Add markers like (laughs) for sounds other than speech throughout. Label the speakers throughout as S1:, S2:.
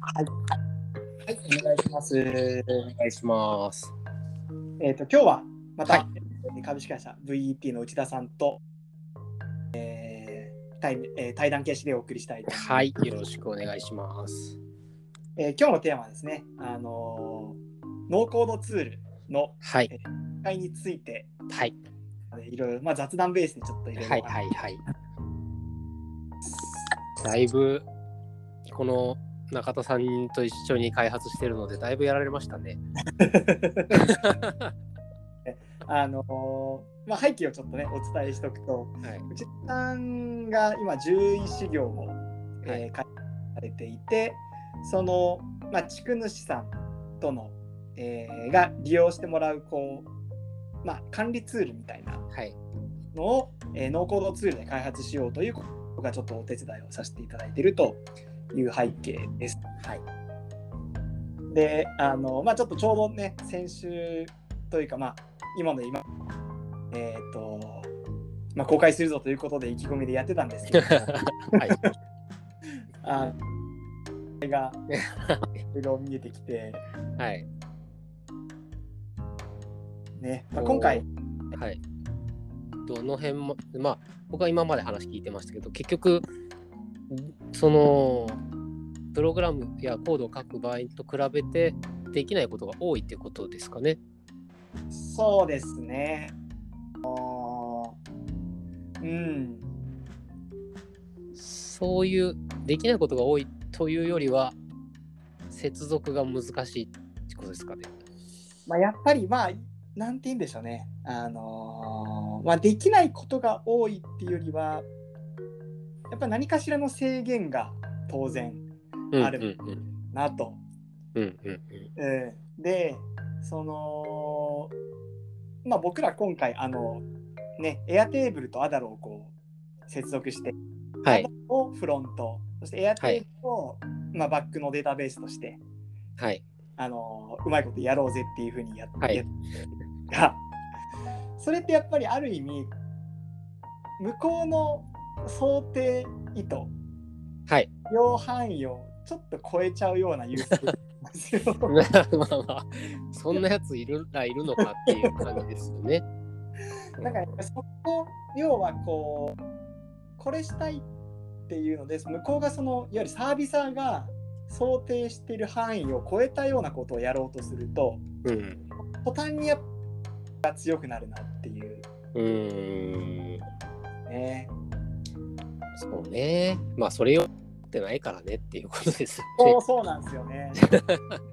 S1: はい、お願いします。
S2: お願いします。
S1: えっ、と、今日はまた、
S2: はい
S1: 株式会社 VET の内田さんと、えー対面えー対談形式でお送りしたいと思います。
S2: はい、よろしくお願いします。
S1: えー今日のテーマはですね、あのーノーコードツールの
S2: はい、
S1: 使いについて、
S2: はい、
S1: えーいろいろ、まあ、雑談ベースにちょっといろいろ、
S2: はい、はい、はい。だいぶ、この中田さんと一緒に開発してるので、だいぶやられましたね。
S1: (laughs)
S2: (laughs)
S1: あのーまあ、背景をちょっとね、お伝えしておくと、
S2: はい、
S1: 内田さんが今11事業を、
S2: は
S1: えー
S2: い
S1: 開発されていてその、まあ、地区主さんとの、えーが利用してもらうこう、まあ、管理ツールみたいな
S2: はい、
S1: のを、えーノーコードツールで開発しようということがちょっとお手伝いをさせていただいているという背景です。
S2: はい、
S1: であの、まあ、ちょっとちょうどね先週というか、まあ、今の今えっ、と、まあ、公開するぞということで意気込みでやってたんですけど
S2: (laughs) はい、
S1: あそれがいろいろ見えてきて、
S2: はい、
S1: ねまあ、今回、
S2: はい。どの辺も、まあ、僕は今まで話聞いてましたけど、結局、その、プログラムやコードを書く場合と比べて、できないことが多いってことですかね。
S1: そうですね。あのうん、
S2: そういうできないことが多いというよりは接続が難しいってことですかね。
S1: まあ、やっぱり、まあ、なんて言うんでしょうね、あのーまあ、できないことが多いっていうよりは、やっぱ何かしらの制限が当然
S2: うん
S1: ある
S2: うんうん
S1: なと。
S2: うんうん
S1: うん、で、その、まあ、僕ら今回、あの、ね、エアテーブルとアダロをこう接続して、
S2: うんはい
S1: Airtable をフロント、そしてエアテーブルを、まあ、バックのデータベースとして、
S2: はい (laughs)
S1: あのーうまいことやろうぜっていうふうにやって、
S2: はい
S1: やが、それってやっぱりある意味、向こうの想定意図、
S2: はい。
S1: 量範囲をちょっと超えちゃうような優勢なんです
S2: (laughs)
S1: よ。
S2: まあまあそんなやついるらいるのかっていう感じですよね。
S1: だからやっぱそこ要はこうこれしたいっていうので向こうがそのいわゆるサービサーが想定している範囲を超えたようなことをやろうとすると
S2: うん。
S1: 途端にやっぱ強くなるなっていう
S2: うーん。
S1: ね。
S2: そうね。まあそれを持ってないからねっていうことですよ
S1: そ
S2: ね
S1: う。そうなんですよね。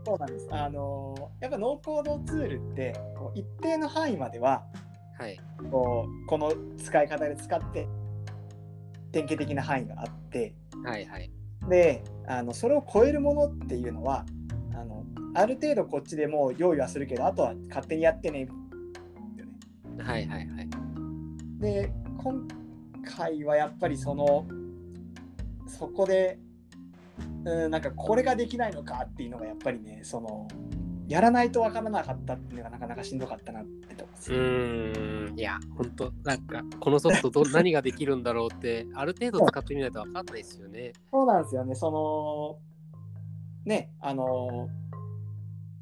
S1: そうなんです。あのやっぱノーコードツールってこう一定の範囲までは
S2: はい
S1: こうこの使い方で使って典型的な範囲があって。
S2: はいはい。
S1: であのそれを超えるものっていうのはあのある程度こっちでもう用意はするけどあとは勝手にやってね
S2: はいはいはい。
S1: で今回はやっぱりそのそこでうんなんかこれができないのかっていうのがやっぱりねそのやらないとわからなかったっていうのがなかなかしんどかったなってとこです
S2: うーんいや、本当なんか、このソフトど、何ができるんだろうって、ある程度使ってみないと分かんないですよね。
S1: そうなんですよねそのねあのコ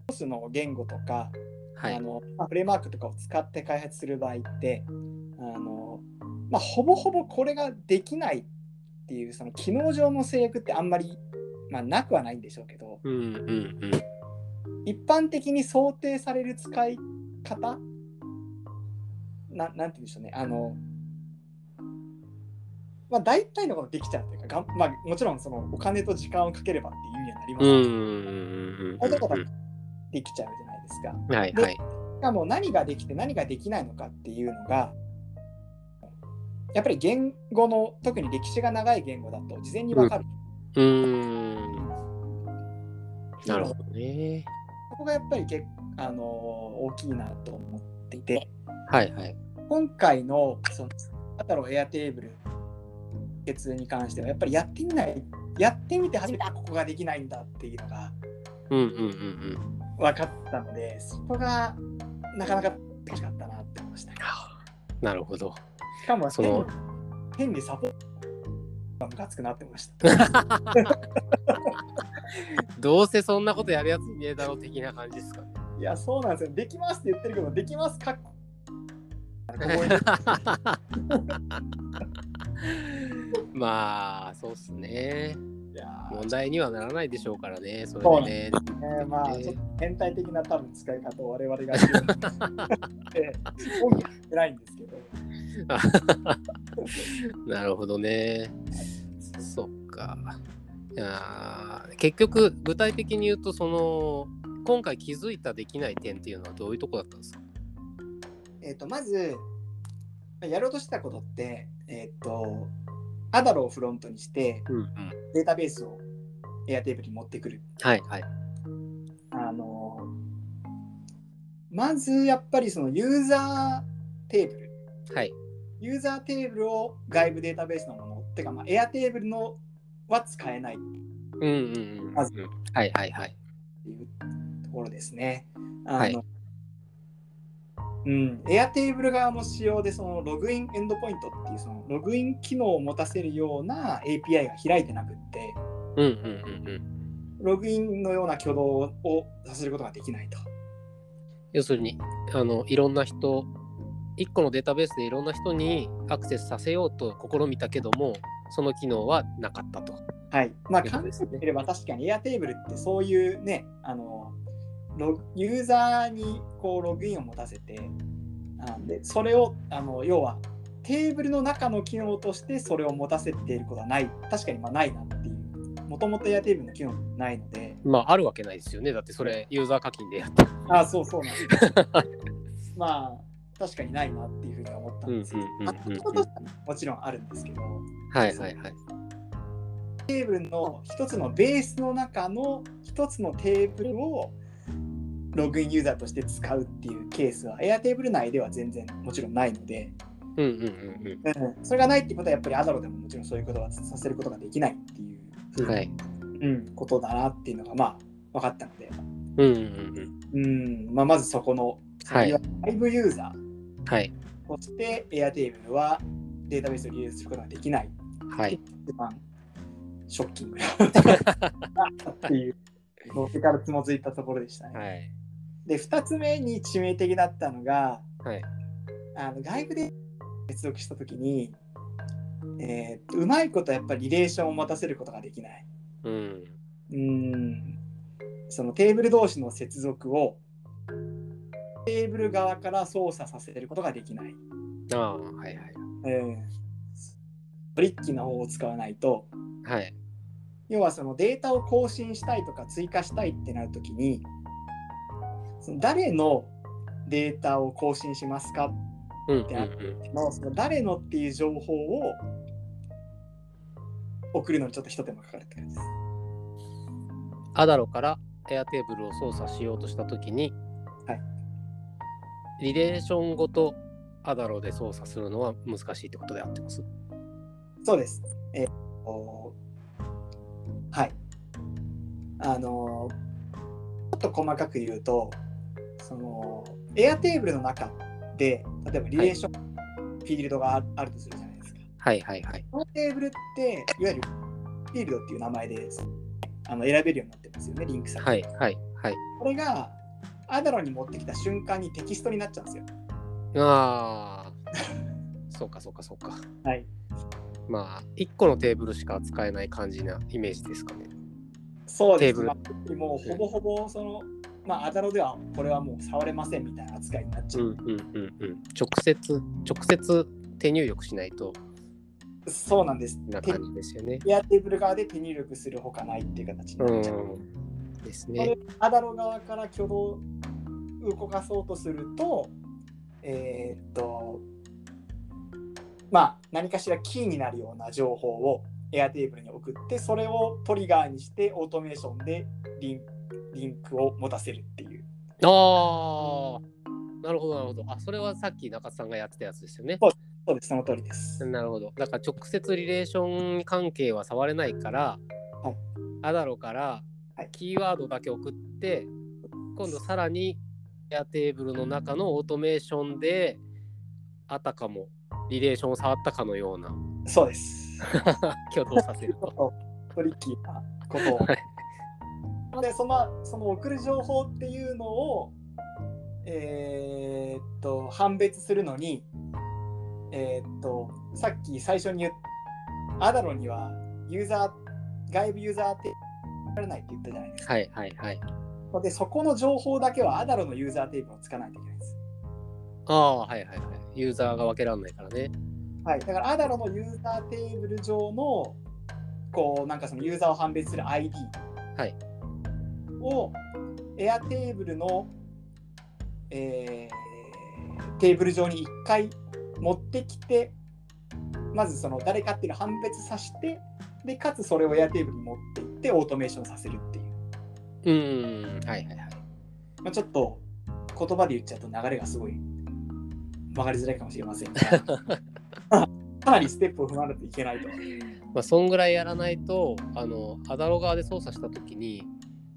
S1: ースの言語とか
S2: は
S1: あ
S2: い。
S1: のまあフレームワークとかを使って開発する場合ってあの、まあ、ほぼほぼこれができないっていうその機能上の制約ってあんまり、まあ、なくはないんでしょうけど
S2: うんうんうん。
S1: 一般的に想定される使い方ななんて言うんでしょうねあの、まあ、大体のことできちゃうというかがん、まあ、もちろんそのお金と時間をかければっていう意味にはなりま
S2: う
S1: す
S2: んう
S1: け
S2: ん
S1: ど、
S2: うん
S1: そういうとこだ
S2: う
S1: け
S2: ん
S1: できちゃうじゃないですか。
S2: うん。はいはい。
S1: しかも何ができて何ができないのかっていうのがやっぱり言語の特に歴史が長い言語だと事前に分かる、
S2: うーん。なるほどね。
S1: そこがやっぱり結あのー大きいなと思っていて
S2: はいはい。
S1: 今回のそのアタロエアテーブル決に関してはやっぱりやってみないやってみて初めてあここができないんだっていうのが
S2: うんうんうんうん。
S1: 分かったのでそこがなかなか難しかったなって思いました
S2: なるほど。
S1: しかも
S2: その
S1: 変に変にサポートがムカつくなって思いました
S2: どうせそんなことやるやついねえだろ的な感じですかね。
S1: いや、そうなんですよ。できますって言ってるけど、できますかっこ (laughs) 覚えてる
S2: まあ、そうっすね。
S1: いや
S2: 問題にはならないでしょうからね、そ
S1: そう
S2: れ
S1: なん
S2: でね。
S1: ー、ね、まあ、
S2: ね
S1: ちょっと変態的な多分使い方を我々がしてるで、 (laughs) 本気はしてないんですけど。
S2: なるほどね。そっか。いやー結局、具体的に言うと、その、今回気づいたできない点っていうのはどういうとこだったんですか
S1: えっ、と、まず、やろうとしてたことって、えっ、と、アダロをフロントにして、
S2: うんうん。
S1: データベースを Airtable に持ってくる。
S2: はいはい。
S1: あのまずやっぱりそのユーザーテーブル、
S2: はい。
S1: ユーザーテーブルを外部データベースのもの、ってか、まあ、エアテーブルのは使えないっ
S2: うんうんうん。
S1: まず
S2: うんはいはいはい。
S1: ていうところですね。あの
S2: はい
S1: うん、エアテーブル側も仕様で、そのログインエンドポイントっていう、そのログイン機能を持たせるような API が開いてなくって、
S2: うんうんうんうん。
S1: ログインのような挙動をさせることができないと。
S2: 要するに、あの、いろんな人、一個のデータベースでいろんな人にアクセスさせようと試みたけども、その機能はなかったと。
S1: はい。まあ、
S2: というこ
S1: 考
S2: とですね
S1: えてみれば確かに Airtable ってそういうね、あの、ログユーザーにこうログインを持たせて、あでそれをあの要はテーブルの中の機能としてそれを持たせていることはない、確かにまあないなっていう、もともと Airtable の機能ないので、
S2: まあ、あるわけないですよね。だってそれ、ユーザー課金でやった。
S1: ああ、そうそうなんです。まあ、確かにないなっていうふうには思ったんですけど
S2: うんうんうん
S1: まあ
S2: う
S1: そう
S2: んうん
S1: いうことはもちろんあるんですけど、
S2: はいはいはい。
S1: テーブルの一つのベースの中の一つのテーブルをログインユーザーとして使うっていうケースは Airtable 内では全然もちろんないので、
S2: うんうんうんうん。
S1: うん、それがないっていうことはやっぱり Adaro でももちろんそういうことはさせることができないっていう、
S2: はい。
S1: うん、ことだなっていうのがまあ分かったので、
S2: うんうんうん。
S1: うんまあ、まずそこの
S2: はい
S1: わゆる外部ユーザー
S2: はい。
S1: として Airtable はデータベースを利用することができない
S2: はい。
S1: 一番ショッキングなっていうのからつもづいたところでしたね。
S2: はい。
S1: で2つ目に致命的だったのが
S2: はい。
S1: あの外部で接続した時に、えーうまいことやっぱりリレーションを持たせることができない
S2: うん。
S1: うーんそのテーブル同士の接続をテーブル側から操作させることができない、
S2: ああ、はいはい。
S1: うん、トリッキーな方を使わないと
S2: はい。
S1: 要はそのデータを更新したいとか追加したいってなるときにその誰のデータを更新しますか
S2: うんうん
S1: であのその誰のっていう情報を送るのにちょっと一手間かかるって感じです。
S2: うん。アダロからエアテーブルを操作しようとしたときに、。
S1: はい
S2: リレーションごとアダロで操作するのは難しいってことであってます。
S1: そうです。えーおはい。あのーちょっと細かく言うと、その、エアテーブルの中で、例えばリレーション、フィールドがああるとするじゃないですか。
S2: はいはいはい。
S1: このテーブルって、いわゆるフィールドっていう名前であの選べるようになってますよね、リンクさん。
S2: はいはいはい。
S1: これが、アダロに持ってきた瞬間にテキストになっちゃうんですよ。
S2: (laughs) ああ。そうかそうかそうか。
S1: はい。
S2: まあ、1個のテーブルしか使えない感じなイメージですかね。
S1: そうで
S2: テ
S1: す
S2: ーブル
S1: まあもうほぼほぼその、まあ、アダロではこれはもう触れませんみたいな扱いになっちゃ
S2: うん
S1: う。
S2: うんうんうん。直接、直接手入力しないと
S1: そうなんです。
S2: な
S1: 手
S2: 感じですよね。
S1: エアテーブル側で手入力するほかないっていう形に
S2: う
S1: なっちゃう。
S2: ん。です
S1: そ
S2: ね
S1: れ。アダロ側から挙動を動かそうとすると、えーっと、まあ、何かしらキーになるような情報をエアテーブルに送って、それをトリガーにして、オートメーションでリンリンクを持たせるっていう。
S2: ああ。なるほどなるほど。あ、それはさっき中田さんがやってたやつですよね。
S1: そうです、その通りです。
S2: なるほど。だから直接リレーション関係は触れないから、
S1: はい
S2: アダロから
S1: はい
S2: キーワードだけ送って、今度さらにエアテーブルの中のオートメーションで、あたかもリレーションを触ったかのような (laughs)
S1: そうです。
S2: 挙動をさせる
S1: ちょ
S2: と
S1: っ。とトリッキーなことをでそのその送る情報っていうのを、えーっと判別するのに、えーっとさっき最初に言ったアダロにはユーザー外部ユーザーって分からないって言ったじゃないですか。
S2: はいはいはい。
S1: でそこの情報だけはアダロのユーザーテーブルをつかないといけないです。
S2: ああ、はいはいはい。ユーザーが分けられないからね。
S1: はい、だからアダロのユーザーテーブル上のこうなんかそのユーザーを判別する ID
S2: はい
S1: を、エアテーブルの、えーテーブル上に1回持ってきてまずその誰かっていうのを判別させてでかつそれをエアテーブルに持っていってオートメーションさせるっていう、
S2: うーん、はいはいはい。
S1: まあ、ちょっと言葉で言っちゃうと流れがすごい分かりづらいかもしれません
S2: (laughs)
S1: が (laughs) かなりステップを踏まないといけないと。
S2: まあ、そんぐらいやらないと、あの、アダロ側で操作したときに、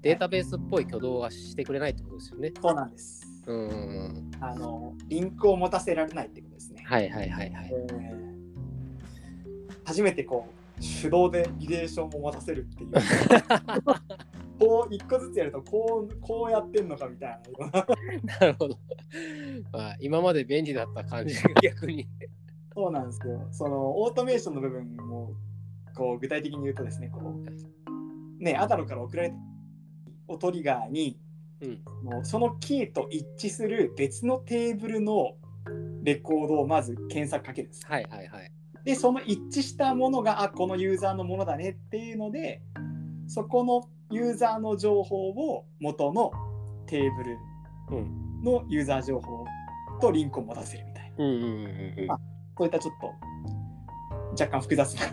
S2: データベースっぽい挙動はしてくれないってことですよね。
S1: そうなんです。
S2: うーん、
S1: あのリンクを持たせられないってことですね。
S2: はいはいはいはい。
S1: えー初めてこう手動でリレーションを持たせる
S2: (laughs)
S1: っていう。こう一個ずつやるとこうこうやってんのかみたいな。
S2: (laughs) なるほど。まあ、今まで便利だった感じが逆に。
S1: そうなんですよ。そのオートメーションの部分もこう具体的に言うとですね、こうねアダロから送られたおトリガーに
S2: うん。
S1: もうそのキーと一致する別のテーブルのレコードをまず検索かけるんです。
S2: はいはいはい。
S1: でその一致したものがあこのユーザーのものだねっていうのでそこのユーザーの情報を元のテーブルのユーザー情報とリンクを持たせるみたいな
S2: うんうんうん (laughs) うん。
S1: そういったちょっと若干複雑な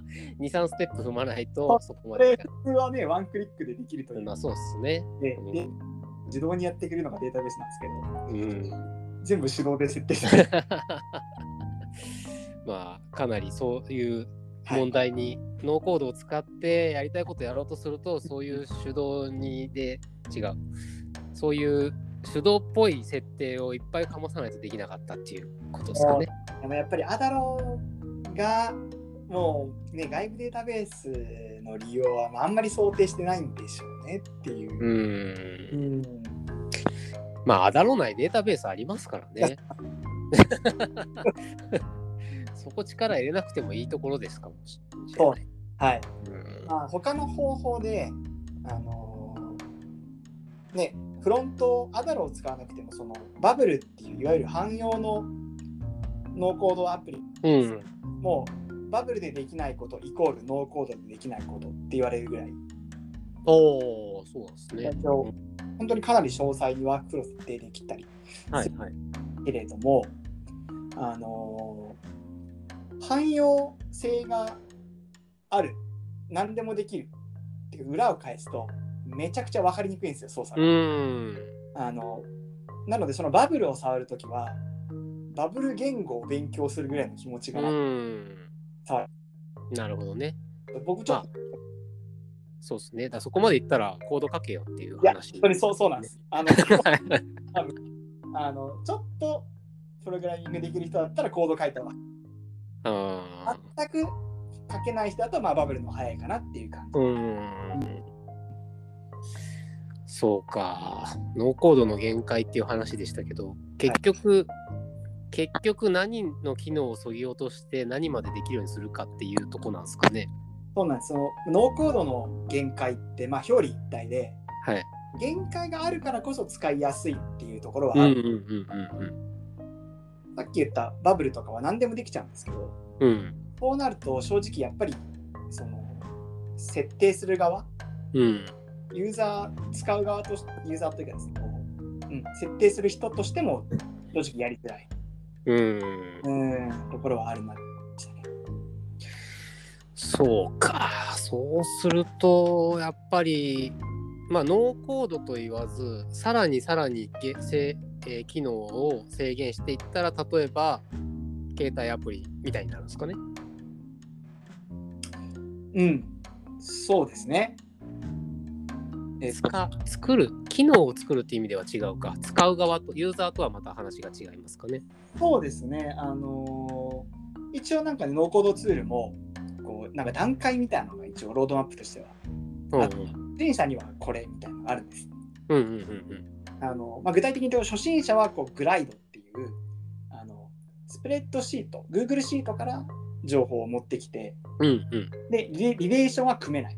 S2: (laughs) 23ステップ踏まないとそこまでいか
S1: 普通はねワンクリックでできるというの
S2: ない。まあそうっすね。
S1: で
S2: うん
S1: で自動にやってくれるのがデータベースなんですけど
S2: うん。
S1: 全部手動で設定されて
S2: (laughs) まあかなりそういう問題に、ノーコードを使ってやりたいことやろうとするとそういう手動にで違うそういう手動っぽい設定をいっぱいかまさないとできなかったっていうことですかね。
S1: でもやっぱりアダロがもうね外部データベースの利用はまああんまり想定してないんでしょうねっていう。
S2: う
S1: うんん、
S2: まあアダロ内データベースありますから (laughs) ね。そこ力入れなくてもいいところですかもしれない。
S1: はい、
S2: うん
S1: まあ、他の方法で、あのーね、フロントアダロを使わなくてもそのバブルっていういわゆる汎用のノーコードアプリ
S2: うん
S1: もうバブルでできないことイコールノーコードでできないことって言われるぐらい
S2: おお、そうなんですね。
S1: 本当にかなり詳細にワークフロー設定できたり
S2: はいはい。
S1: けれども、あのー汎用性がある何でもできるっていう裏を返すとめちゃくちゃ分かりにくいんですよ操作
S2: う
S1: が、
S2: ん。
S1: あのなのでそのバブルを触るときはバブル言語を勉強するぐらいの気持ちがな、
S2: うん。
S1: 触
S2: なるほどね。
S1: 僕ちょっと、
S2: そうですね。だからそこまでいったらコード書けよっていう
S1: いや
S2: 話。
S1: 本当に
S2: (laughs)
S1: そうそうなんです、あの (laughs)
S2: はい
S1: あのちょっとプログラミングできる人だったらコード書いたわ
S2: あ
S1: 全く書けない人だとまあバブルの方が早いかなっていう感じ
S2: ーうん。そうか。ノーコードの限界っていう話でしたけど、結局、結局何の機能を削ぎ落として何までできるようにするかっていうとこなんですかね。
S1: そうなんですそのノーコードの限界って、まあ、表裏一体で
S2: はい。
S1: 限界があるからこそ使いやすいっていうところ
S2: う
S1: は
S2: ん
S1: あ
S2: うん
S1: る、さっき言ったバブルとかは何でもできちゃうんですけど
S2: うんうん。うん。
S1: こうなると正直やっぱりその設定する側
S2: うん。
S1: ユーザー使う側としユーザーというかですねこう、うん、設定する人としても正直やりづらい
S2: うん。
S1: うんところはあるなって思いましたね
S2: そうか。そうすると、やっぱり、まあ、ノーコードと言わず、さらにさらにげせ、えー機能を制限していったら、例えば、携帯アプリみたいになるんですかね。
S1: うんそうですねえ
S2: つか作る、機能を作るっていう意味では違うか。使う側と、ユーザーとはまた話が違いますかね。
S1: そうですね、あのー一応なんかね、ノーコードツールも、こう、なんか段階みたいなのが一応ロードマップとしては
S2: うん
S1: あ
S2: うん、
S1: 転者にはこれみたいなのがあるんです。
S2: うんうんうん
S1: あのまあ、具体的に言うと初心者はこうグライドっていうあのスプレッドシート Google シートから情報を持ってきて
S2: うん。うんうん。
S1: でリレリレーションは組めないっ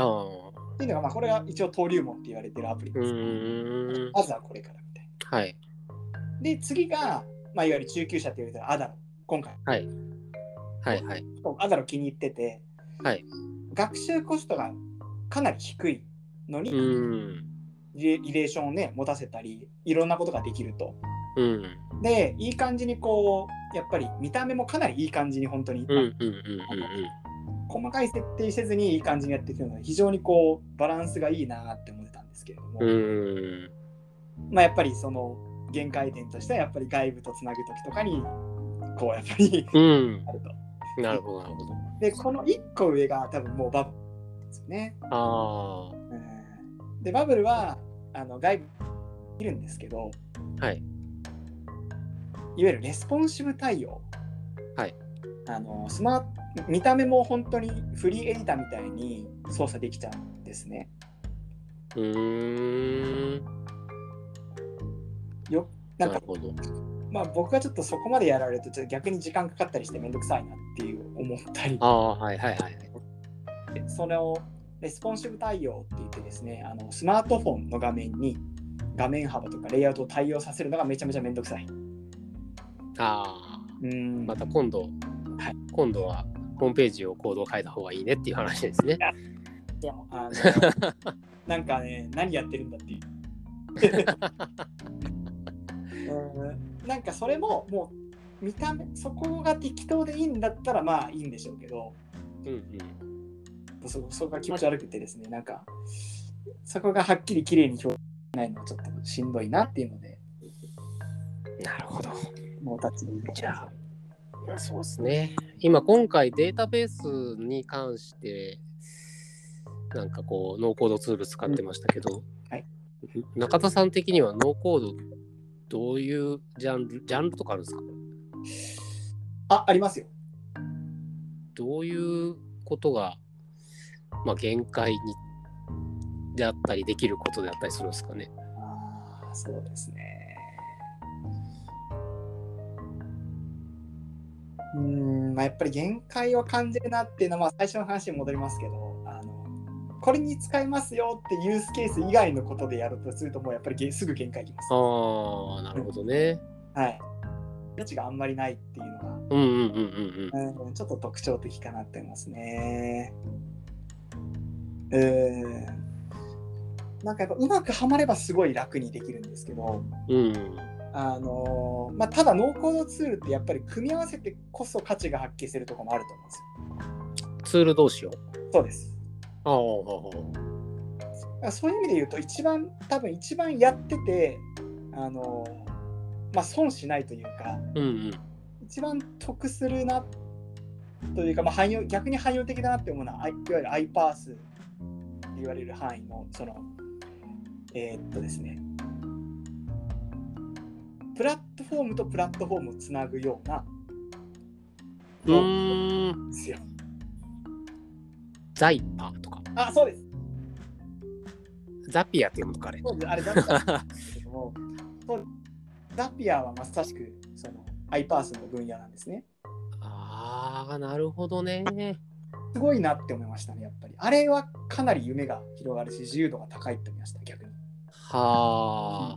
S2: ああ。
S1: ていうのが、まあ、これが一応登竜門って言われてるアプリ
S2: う
S1: です、
S2: ーん。
S1: まずはこれからみたい
S2: はい。
S1: なで次が、まあ、いわゆる中級者って言われてるアダロ今回
S2: はい。はいはい。
S1: アダロ気に入ってて、
S2: はい
S1: 学習コストがかなり低いの
S2: う
S1: に、
S2: ーん。
S1: リレリレーションをね持たせたりいろんなことができると
S2: うん。
S1: でいい感じにこうやっぱり見た目もかなりいい感じに本当に、
S2: うんうんうんうん
S1: 細かい設定せずにいい感じにやってくるので非常にこうバランスがいいなって思ってたんですけれども、
S2: うん。うーん。
S1: まあやっぱりその限界点としてはやっぱり外部とつなぐ時とかにこうやっぱり
S2: うん。
S1: あると
S2: なるほどなるほど。
S1: でこの1個上が多分もうバブルですよね、
S2: あ
S1: うん、でバブルはあの外部いるんですけど
S2: あ。はい。
S1: いわゆるレスポンシブ対応。
S2: はい。
S1: あの、スマ見た目も本当にフリーエディターみたいに操作できちゃうんですね。
S2: うーん。
S1: よな
S2: なんる
S1: か、
S2: ほど。
S1: まあ僕はちょっとそこまでやられると、ちょっと逆に時間かかったりしてめんどくさいなっていう思ったり
S2: あ、あ、はいはいはいはい。
S1: それをレスポンシブ対応って言ってですね、あのスマートフォンの画面に画面幅とかレイアウトを対応させるのがめちゃめちゃめんどくさい。
S2: あ
S1: う
S2: あ。
S1: ん。
S2: また今度、
S1: はい
S2: 今度はホームページをコードを変えた方がいいねっていう話ですね。
S1: でも
S2: (laughs)
S1: あのなんかね何やってるんだっていううんなんかそれももう見た目そこが適当でいいんだったらまあいいんでしょうけど
S2: (laughs) うんうん。
S1: そこそこが気持ち悪くてですねなんかそこがはっきり綺麗に表現しないのはちょっとしんどいなっていうので
S2: なるほど。
S1: もうタッチでいい
S2: じゃあそうですね。今今回データベースに関してなんかこうノーコードツール使ってましたけど、
S1: はい
S2: 中田さん的にはノーコードどういうジャンルジャンルとかあるんですか
S1: あありますよ
S2: どういうことが、まあ、限界にであったりできることであったりするんですかね
S1: ああそうですねうーんまあやっぱり限界を感じるなっていうのは、まあ、最初の話に戻りますけどあのこれに使いますよってユースケース以外のことでやろうとするともうやっぱりげすぐ限界きます。は
S2: ああなるほどね。
S1: い、価値があんまりないっていうのが
S2: うんうんうんうん
S1: うん、ちょっと特徴的かなって思いますね。うーんなんかやっぱうまくはまればすごい楽にできるんですけど、
S2: うん。うん。
S1: あのーまあ、ただノーコードツールってやっぱり組み合わせてこそ価値が発揮するところもあると思うんです
S2: ツールどうしよう。
S1: よ。そうです。
S2: ああ
S1: だからそういう意味で言うと一番多分一番やってて、あのーまあ、損しないというか
S2: うんうん。
S1: 一番得するなというか、まあ、汎用逆に汎用的だなって思うのはいわゆる iPaaS って言われる範囲のそのえーっとですねプラットフォームとプラットフォームをつなぐような
S2: うーん。
S1: ですよ。
S2: ザイパーとか、
S1: あ、そうです。
S2: ザピアって読む
S1: (laughs)
S2: のかあれ。
S1: そうですあれザピアなんですけども、 (laughs) そうザピアはまさしくその iPaaS の分野なんですね。
S2: ああ、なるほどね。
S1: すごいなって思いましたね、やっぱり。あれはかなり夢が広がるし、自由度が高いって思いました、逆に。
S2: はあ。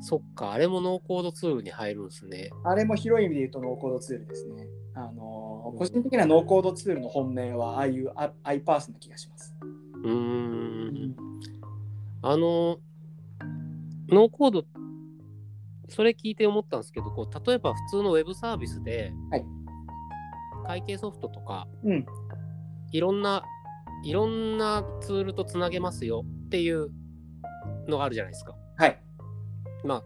S2: そっか、あれもノーコードツールに入るんですね。
S1: あれも広い意味で言うとノーコードツールですね。あのー個人的にはノーコードツールの本命は、ああいうあ iPaaS な気がします。
S2: うーん。あの、ノーコード、それ聞いて思ったんですけど、こう例えば普通のウェブサービスで、
S1: はい
S2: 会計ソフトとか、
S1: うん、
S2: いろんな、いろんなツールとつなげますよっていうのがあるじゃないですか。
S1: はい。
S2: まあ、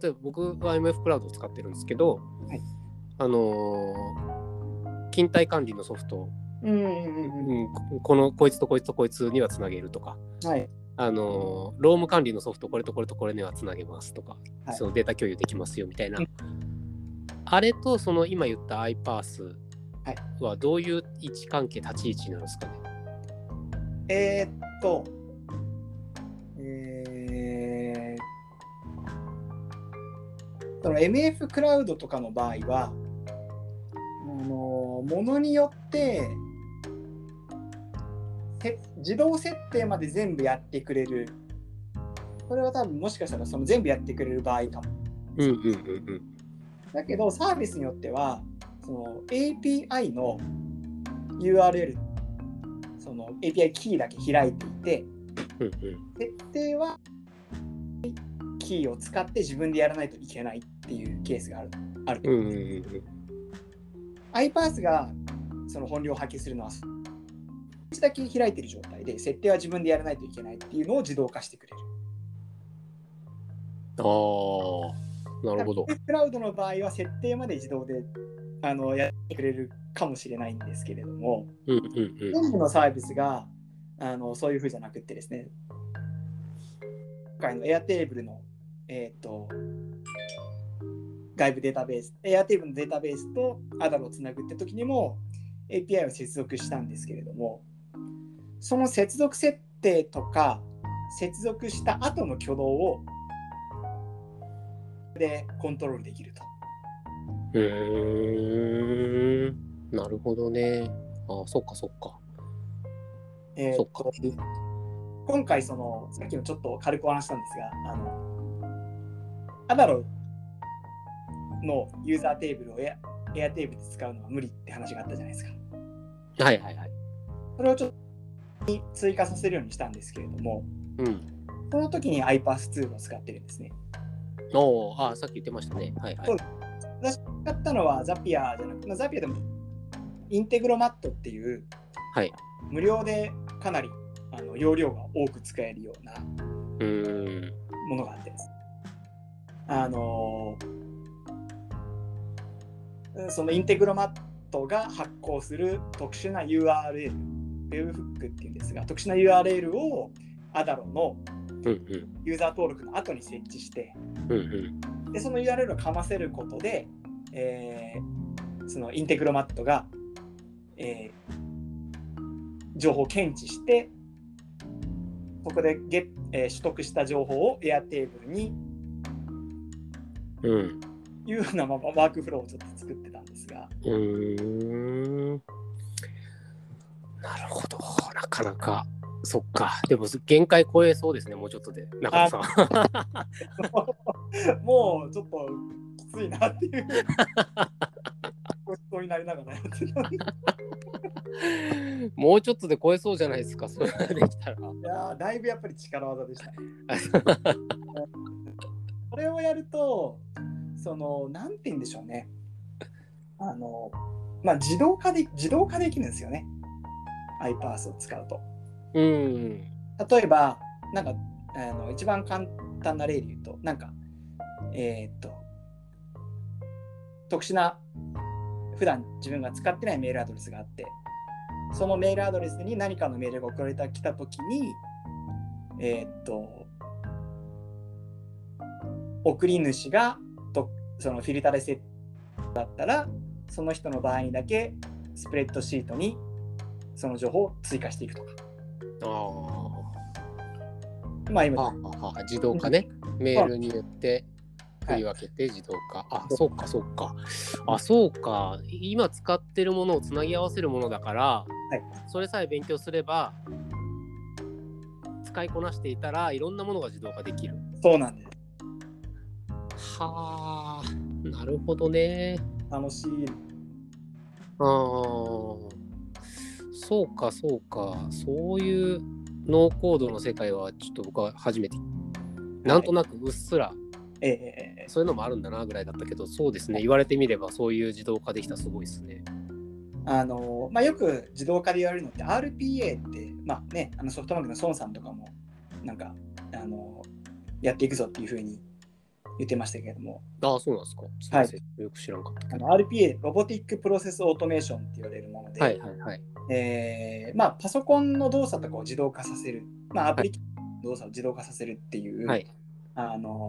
S2: 例えば僕は MF クラウドを使ってるんですけど、
S1: はい
S2: あのー勤怠管理のソフト、
S1: うんうんうんうん。
S2: うんここのこいつとこいつとこいつにはつなげるとか、
S1: はい。
S2: あのー労務管理のソフトこれとこれとこれにはつなげますとか、
S1: はい
S2: そのデータ共有できますよみたいな、
S1: うん
S2: あれとその今言った iPaaS
S1: は
S2: はどういう位置関係立ち位置なんですかね、
S1: えー、っと、えー、その MF クラウドとかの場合は、あのものによってせ自動設定まで全部やってくれる。これは多分もしかしたらその全部やってくれる場合かも。
S2: うんうんうん
S1: だけどサービスによってはその API の URL その API キーだけ開いていて
S2: うんうん
S1: 設定はキーを使って自分でやらないといけないっていうケースがある。ある
S2: うんうんうんうん
S1: iPass がその本領を発揮するのは1だけ開いてる状態で設定は自分でやらないといけないっていうのを自動化してくれる。
S2: ああなるほど。
S1: クラウドの場合は設定まで自動であのやってくれるかもしれないんですけれども、
S2: うんうんうん。
S1: 全部のサービスがあのそういうふうじゃなくってですね、今回の Airtable の、えー、と外部データベース、Airtable のデータベースと ADAR をつなぐって時にも API を接続したんですけれども、その接続設定とか、接続した後の挙動をでコントロールできると。
S2: うーんなるほどね。ああそっかそっか。
S1: えー
S2: そっか。
S1: 今回そのさっきもちょっと軽くお話ししたんですがあのアダロのユーザーテーブルをエアエアテーブルで使うのは無理って話があったじゃないですか
S2: はいはいはい。
S1: それをちょっとに追加させるようにしたんですけれども
S2: うん。
S1: その時に iPass2 を使ってるんですね
S2: おーああさっき言ってましたね。はいはい。
S1: 私が使ったのはザピアじゃなくて、まあ、ザピアでもインテグロマットっていう
S2: はい。
S1: 無料でかなりあの容量が多く使えるような
S2: うーん。
S1: ものがあってですあのーうんそのインテグロマットが発行する特殊な URL、Webhook っていうんですが、特殊な URL を Adaro の
S2: うんうん。
S1: ユーザー登録の後に設置して、
S2: うんうん。
S1: でその URL をかませることで、えーそのインテグロマットが、えー情報を検知してここでゲッ、えー取得した情報を Airtable に
S2: うん。
S1: いうようなままワークフローをちょっと作ってたんですが
S2: うーん。なるほど。なかなか。そっか。でも限界超えそうですね。もうちょっとで。中田さん。
S1: もうちょっときついなっていうごちそうになりながらやってたんで
S2: (laughs) もうちょっとで超えそうじゃないですか。それができたら。
S1: いやーだいぶやっぱり力技でしたね。 (laughs) これをやるとそのなんて言うんでしょうねあのまあ自動化で自動化できるんですよね iPass を使うと
S2: うん。
S1: 例えばなんかあの一番簡単な例で言うとなんかえーっと特殊な普段自分が使ってないメールアドレスがあってそのメールアドレスに何かのメールが送られてきた時にえーっと送り主がとそのフィルターで設定だったらその人の場合にだけスプレッドシートにその情報を追加していくとか
S2: ああ。
S1: まあ今
S2: はあはあはあ自動化ね、メールによって振り分けて自動化。あ、そうか、そうか。あ、そうか。今使ってるものをつなぎ合わせるものだから、
S1: い
S2: それさえ勉強すれば、使いこなしていたらいろんなものが自動化できる。
S1: そうなんです
S2: はあ、なるほどね。
S1: 楽しい
S2: あーそうかそうかそういうノーコードの世界はちょっと僕は初めてなんとなくうっすら
S1: ええ
S2: そういうのもあるんだなぐらいだったけどそうですね言われてみればそういう自動化できたらすごいですね
S1: あのまあ、よく自動化で言われるのって RPA って、まあね、あのソフトバンクの孫さんとかもなんかあのやっていくぞっていうふうに言ってましたけれども
S2: ああそうなんですかすませんよく知らんかった
S1: あの RPA ロボティックプロセスオートメーションって言われるもので、
S2: はいはいはい
S1: えーまあ、パソコンの動作とかを自動化させる、まあ、アプリケーションの動作を自動化させるっていう、
S2: はい
S1: あの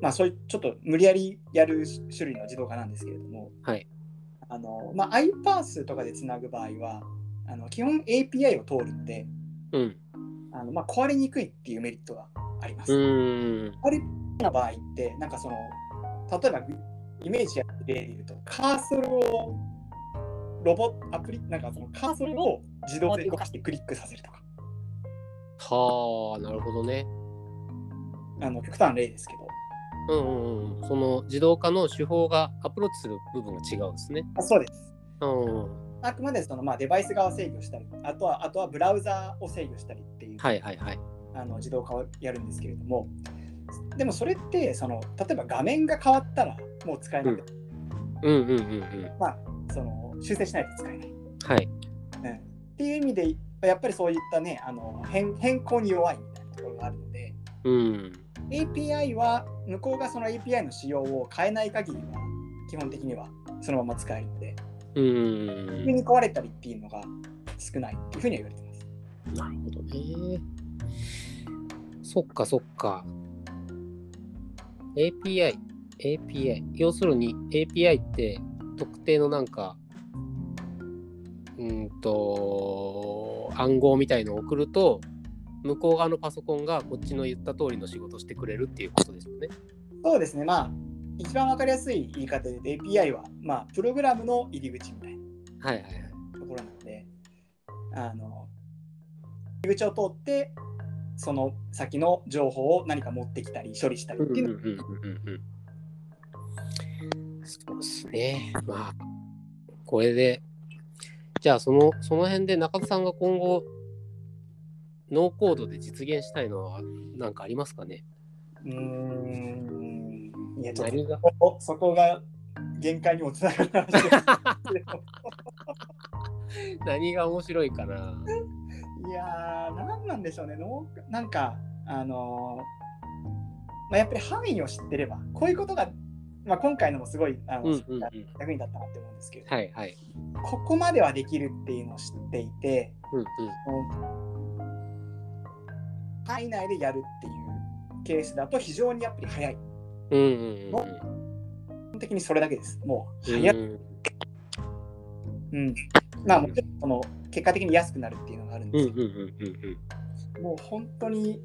S1: まあ、そういうちょっと無理やりやる種類の自動化なんですけれども、
S2: はい
S1: あのまあ、iPass とかでつなぐ場合はあの基本 API を通るので、
S2: うん。
S1: あのまあ、壊れにくいっていうメリットがありま
S2: う
S1: す。
S2: ーん。
S1: 壊れな場合って、なんかその、例えばイメージやっていると、カーソルをロボアプリ、なんかそのカーソルを自動で動かしてクリックさせるとか、
S2: はあ、なるほどね。
S1: あの極端な例ですけど、
S2: うんうんうん。その自動化の手法がアプローチする部分が違うんですね。
S1: あそうです。
S2: うんうん。
S1: あくまでその、まあ、デバイス側を制御したり、あとはあとはブラウザーを制御したりっていう、
S2: はいはいはい。
S1: あの自動化をやるんですけれども、でもそれってその、例えば画面が変わったらもう使えなくて、
S2: うんうんうんうん。
S1: まあ、その修正しないと使えない。
S2: は
S1: う
S2: い。
S1: んっていう意味で、やっぱりそういったね、あの変変更に弱いみたいなところがあるので、
S2: うん。
S1: API は、向こうがその API の仕様を変えない限りは、基本的にはそのまま使えるので、
S2: う
S1: 急
S2: ん。
S1: に壊れたりっていうのが少ないっていうふうには言われてます。
S2: なるほどね。そっかそっか。API、API。要するに API って特定のなんか、うーんと、暗号みたいのを送ると、向こう側のパソコンがこっちの言った通りの仕事をしてくれるっていうことですよね。
S1: そうですね、まあ、一番わかりやすい言い方で API は、まあ、プログラムの入り口みたい
S2: はいはいはい。
S1: なところなので、あの、入り口を通って、その先の情報を何か持ってきたり、処理したり
S2: う
S1: って
S2: ん
S1: いううんの
S2: うんうんうん。そうですね。まあ、これで、じゃあその、その辺で中田さんが今後、ノーコードで実現したいのは何かありますかね
S1: うーん、いや、ちょっ
S2: 何が
S1: とおそこが限界にもつながる話ですけど
S2: (laughs) 何が面白いかな。
S1: いやー、なんなんでしょうね、のなんか、あのまあ、やっぱり範囲を知ってれば、こういうことが、まあ、今回のもすごいあの、
S2: うんうんうん。
S1: 役に立ったなって思うんですけど、
S2: はいはい。
S1: ここまではできるっていうのを知っていて、
S2: うんうん。
S1: 範囲内でやるっていうケースだと非常にやっぱり早い。基
S2: うんうんうん
S1: 本的にそれだけです。もう
S2: うん。
S1: 早い。
S2: うん
S1: うん。まあもちろんその結果的に安くなるっていうのがあるん
S2: うんう
S1: で
S2: ん
S1: すけ
S2: うんうん
S1: ど、もう本当に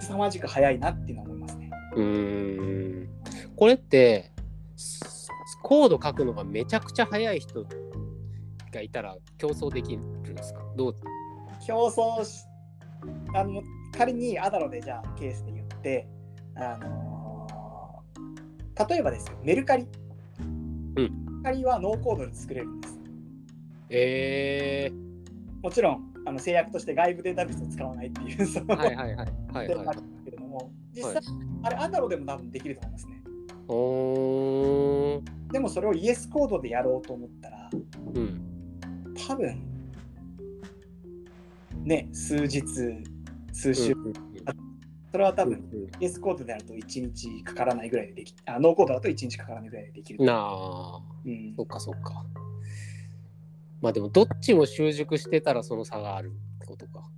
S1: 凄まじく早いなっていうのは思いますね。
S2: うーんこれってスコード書くのがめちゃくちゃ早い人がいたら競争できるんですかどう
S1: 競争し、あの仮にアダロでじゃあケースで言って、あのー例えばですよ、メルカリ。
S2: うん
S1: メルカリはノーコードで作れるんです。
S2: えー、
S1: もちろんあの制約として外部データベースを使わないっていう (laughs) その、
S2: はいはいはいは
S1: 制
S2: い
S1: 約が (laughs)
S2: は
S1: あ
S2: い
S1: るんですけれども実際、
S2: はい
S1: あれアダロでも多分できると思いますね
S2: おー
S1: でもそれをイエスコードでやろうと思ったら
S2: うん
S1: 多分ね数日数
S2: うん
S1: 週、
S2: うん
S1: それは多
S2: うん
S1: 分イエスコードであると1日かからないぐらいでできあノーコードだと1日かからないぐらいででき
S2: うん
S1: る、
S2: なあ
S1: うん
S2: そっかそっかまあでもどっちも習熟してたらその差があるってことか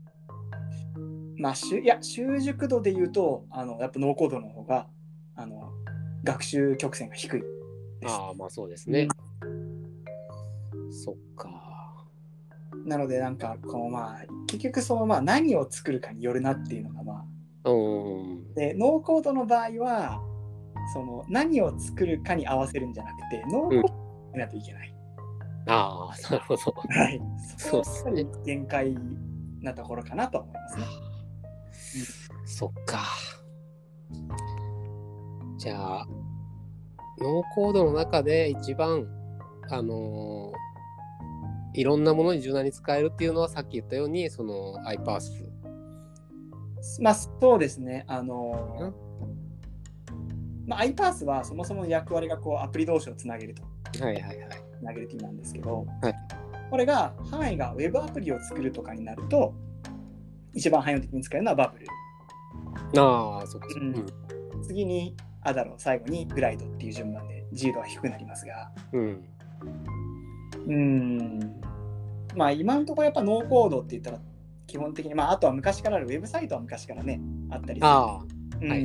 S1: まあしゅいや習熟度で言うとあのやっぱノーコードの方があの学習曲線が低いです
S2: ああまあそうですね、そっか
S1: なのでなんかこうまあ結局そのまあ何を作るかによるなっていうのがまあ
S2: うーん
S1: でノーコードの場合はその何を作るかに合わせるんじゃなくてノーコードになきゃいけない、
S2: ああなるほど
S1: はい
S2: そうっすね
S1: やっぱり限界なところかなと思いますね
S2: そっか。じゃあ、ノーコードの中で一番、あのーいろんなものに柔軟に使えるっていうのはさっき言ったように、その iPass。
S1: まあそうですねあのまあ iPass はそもそもの役割がこうアプリ同士をつなげると
S2: はいはいはい。
S1: つなげるという意味なんですけど、
S2: はい
S1: これが範囲が Web アプリを作るとかになると一番汎用的に使えるのはバブル
S2: ああ、そっかそっか。
S1: うん次にアダロ最後にグライドっていう順番で自由度は低くなりますが
S2: うん。うん
S1: うーんまあ今のところやっぱノーコードって言ったら基本的にまああとは昔からあるウェブサイトは昔からねあったりする
S2: あ
S1: う
S2: あ、
S1: ん、
S2: はい。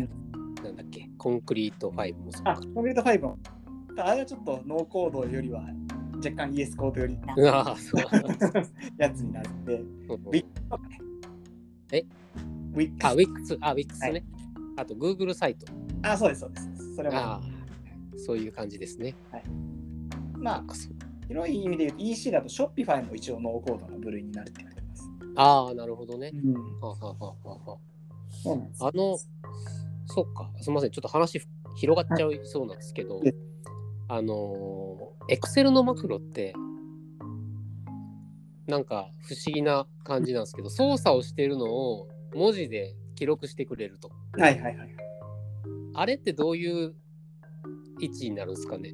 S2: なんだっけ、コンクリート5もそう
S1: あ
S2: か。
S1: コンクリートファイブもあれはちょっとノーコードよりは若干イエスコードより
S2: うわー (laughs) そう
S1: (laughs) やつになるんで、
S2: うん
S1: とかね
S2: え
S1: ウィック
S2: あ、
S1: ス
S2: Wix、あ、Wix ね。
S1: はい
S2: あと、Google サイト。
S1: あ、そうです、そうです。それ
S2: あ
S1: は、
S2: ーそういう感じですね。
S1: まあ、
S2: そう
S1: 広い意味で言うと EC だと Shopify も一応ノーコードの部類になるって言われてます。
S2: ああ、なるほどね。
S1: うん、
S2: はあはあはあはあは
S1: そうなんです。
S2: ああの、そっか、すみません、ちょっと話ふ広がっちゃいそうなんですけど
S1: いえ、
S2: あのー、Excel のマクロって、なんか不思議な感じなんですけど、操作をしているのを文字で記録してくれると。
S1: はいはいはい。
S2: あれってどういう位置になるんですかね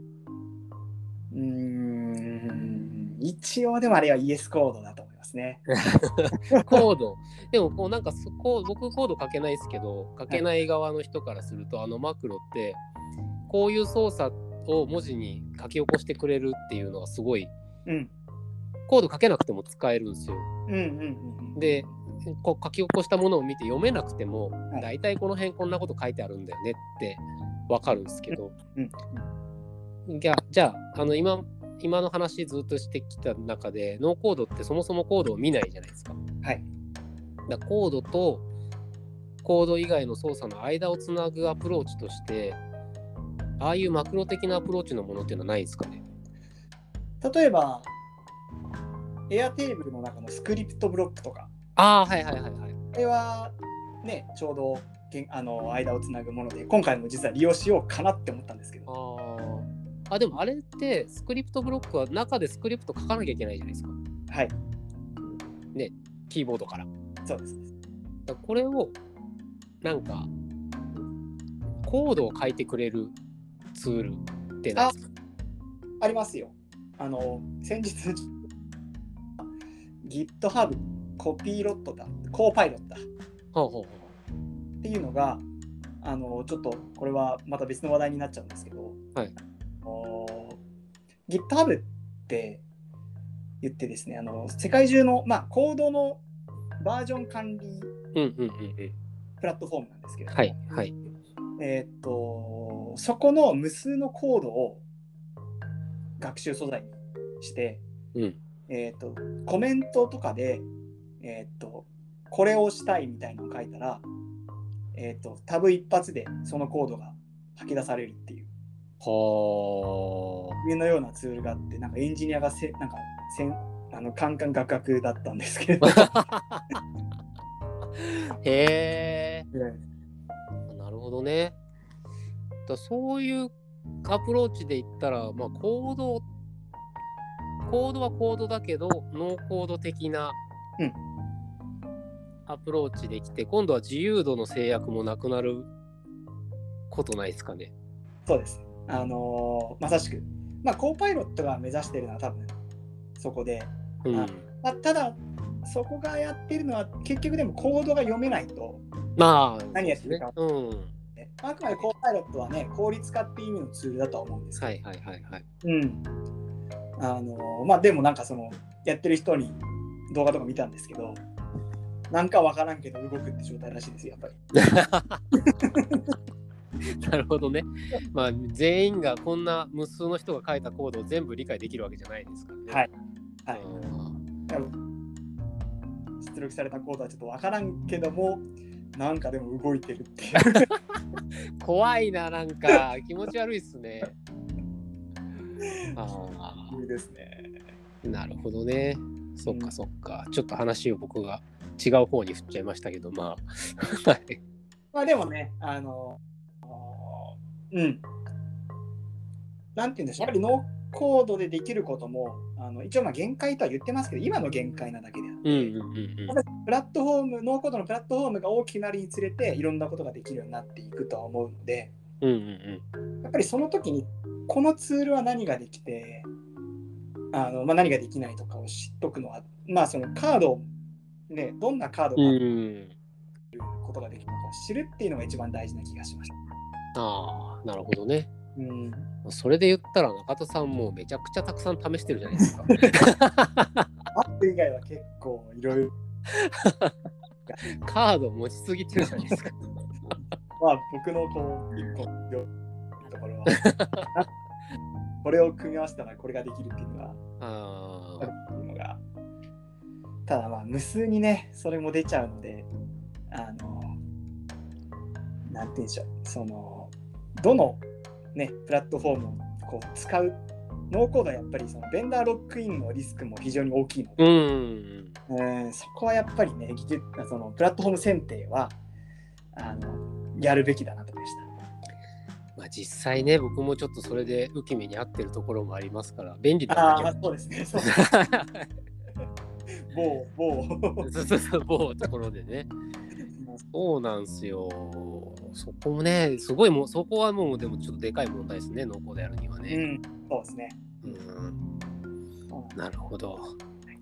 S1: うーん、一応でもあれはイエスコードだと思いますね。
S2: コード。でもこうなんかそこ僕コード書けないですけど書けない側の人からするとあのマクロってこういう操作を文字に書き起こしてくれるっていうのがすごい
S1: うん。
S2: コード書けなくても使えるんですよ。
S1: うんうんうんうん。
S2: でこう書き起こしたものを見て読めなくても
S1: はい
S2: 大体この辺こんなこと書いてあるんだよねってわかるんですけど
S1: うん
S2: じゃあじゃああの今今の話ずっとしてきた中でノーコードってそもそもコードを見ないじゃないですか。
S1: はい。
S2: だからコードとコード以外の操作の間をつなぐアプローチとしてああいうマクロ的なアプローチのものっていうのはないですかね
S1: 例えば、エアテーブルの中のスクリプトブロックとか、
S2: ああはいはいはいはい
S1: あれはね、ちょうどげんあの間をつなぐもので、今回も実は利用しようかなって思ったんですけど、
S2: あーあでもあれってスクリプトブロックは中でスクリプト書かなきゃいけないじゃないですか
S1: はい、
S2: キーボードから
S1: そうです。
S2: だからこれをなんかコードを書いてくれるツールってなんですか
S1: ありますよ。あの、先日、GitHub コピーロットだ、コーパイロットだっ
S2: ほうほうほ
S1: ていうのが、あの、ちょっとこれはまた別の話題になっちゃうんですけど、
S2: はい
S1: お GitHub って言ってですね、あの世界中の、まあ、コードのバージョン管理
S2: ううんうんうんうん
S1: プラットフォームなんですけれども、
S2: はいはい
S1: えーっと、そこの無数のコードを学習素材にして、
S2: うん
S1: えー、とコメントとかで、えー、とこれをしたいみたいなのを書いたら、えー、とタブ一発でそのコードが吐き出されるっていう
S2: はあ
S1: 夢のようなツールがあってなんかエンジニアがせなんかせんあのカンカンガクガクだったんですけれど
S2: (laughs) へえ、なるほどね。だそういうアプローチで言ったら、まあ、コード、コードはコードだけど、ノーコード的な
S1: うん
S2: アプローチできて、今度は自由度の制約もなくなることないですかね。
S1: そうです、あのーまさしく、まあ、コーパイロットが目指してるのは多分そこで、
S2: うん。
S1: あまあ、ただそこがやってるのは結局でもコードが読めないと
S2: まあ、
S1: 何やってるか
S2: そうですねうん。
S1: ねあくまでコーパイロットはね効率化っていう意味のツールだとは思うんですけど
S2: はいはいはいはい。
S1: うん、あのまあでもなんかそのやってる人に動画とか見たんですけどなんかわからんけど動くって状態らしいですよやっぱり
S2: (laughs) なるほどね。まあ、全員がこんな無数の人が書いたコードを全部理解できるわけじゃないですからね。
S1: はいはい
S2: い。
S1: 出力されたコードはちょっとわからんけどもなんかでも動いてるっていう
S2: 怖いな、なん
S1: (laughs)
S2: か気持ち悪いっすね。あ
S1: 理由ですね
S2: あ、なるほどね。そっ
S1: う
S2: か
S1: ん
S2: そっか。ちょっと話を僕が違う方に振っちゃいましたけど、まあ。 (laughs) はい
S1: (laughs) まあでもねあのうんなんて言うんでしょうやっぱりノーコードでできることもあの一応まあ限界とは言ってますけど今の限界なだけであって
S2: うんうんうんうん。
S1: プラットフォーム、ノーコードのプラットフォームが大きくなるにつれて、いろんなことができるようになっていくとは思うので、
S2: うんうん
S1: やっぱりその時に、このツールは何ができて、あのまあ、何ができないとかを知っとくのは、まあ、そのカードを、ね、どんなカード
S2: うん。
S1: が
S2: う
S1: ある
S2: ん。
S1: ことができるのかを知るっていうのが一番大事な気がしました。
S2: ああ、なるほどね。
S1: うん、
S2: それで言ったら中田さんもうめちゃくちゃたくさん試してるじゃないですか。
S1: アップ以外は結構いろいろ、
S2: カード持ちすぎてるじゃないですか。 (laughs)
S1: まあ、僕のこう、一個のところは、これを組み合わせたらこれができるっていうのが
S2: あ
S1: あるっていうのがただまあ無数にねそれも出ちゃうのであのなんて言うんでしょうそのどのねプラットフォームをこう使うノーコードはやっぱりそのベンダーロックインのリスクも非常に大きいので
S2: ーうん
S1: うんそこはやっぱりね技術そのプラットフォーム選定はあのやるべきだなと思いました。
S2: まあ実際ね僕もちょっとそれで浮き目に合ってるところもありますから便利だ
S1: あ
S2: な
S1: あ、そうですね。そう (laughs) 某、某。
S2: (laughs) そうそうそう某ところでねそうなんすよそこもねすごいもうそこはもうでもちょっとでかい問題ですね濃厚であるには
S1: う
S2: ね
S1: ん、そうですね。
S2: うん
S1: そう
S2: なるほど。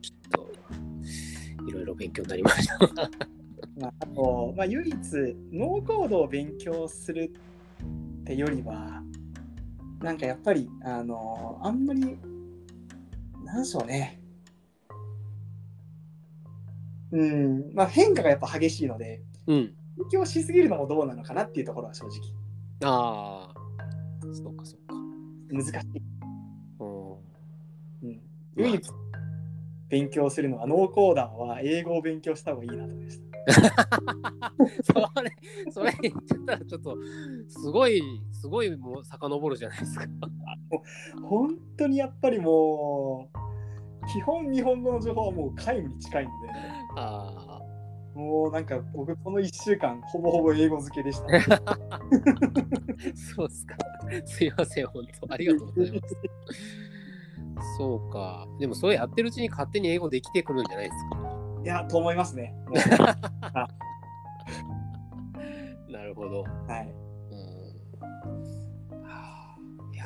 S2: ちょっといろいろ勉強になりました。
S1: まあ、あと、まあ、唯一、ノーコードを勉強するってよりは、なんかやっぱり、あの、あんまり、なんでしょうね。うん、まあ変化がやっぱ激しいので、
S2: うん。
S1: 勉強しすぎるのもどうなのかなっていうところは正直
S2: ああ、そうかそうか。
S1: 難しい。
S2: う
S1: うん、
S2: ん、
S1: 唯一勉強するのはノーコーダーは英語を勉強した方がいいなと思いました。
S2: それ、それ言っちゃったらちょっと、すごい、すごいもう遡るじゃないですか。
S1: 本当にやっぱりもう基本日本語の情報はもう皆無に近いので
S2: あ
S1: もうなんか僕この1週間ほぼほぼ英語漬けでした。あ
S2: あ、そうっすか。すいません、本当ありがとうございます。そうか。でも、それやってるうちに勝手に英語できてくるんじゃないですか。
S1: いやと思いますね。も
S2: なるほど。
S1: うはい、
S2: うんはあいや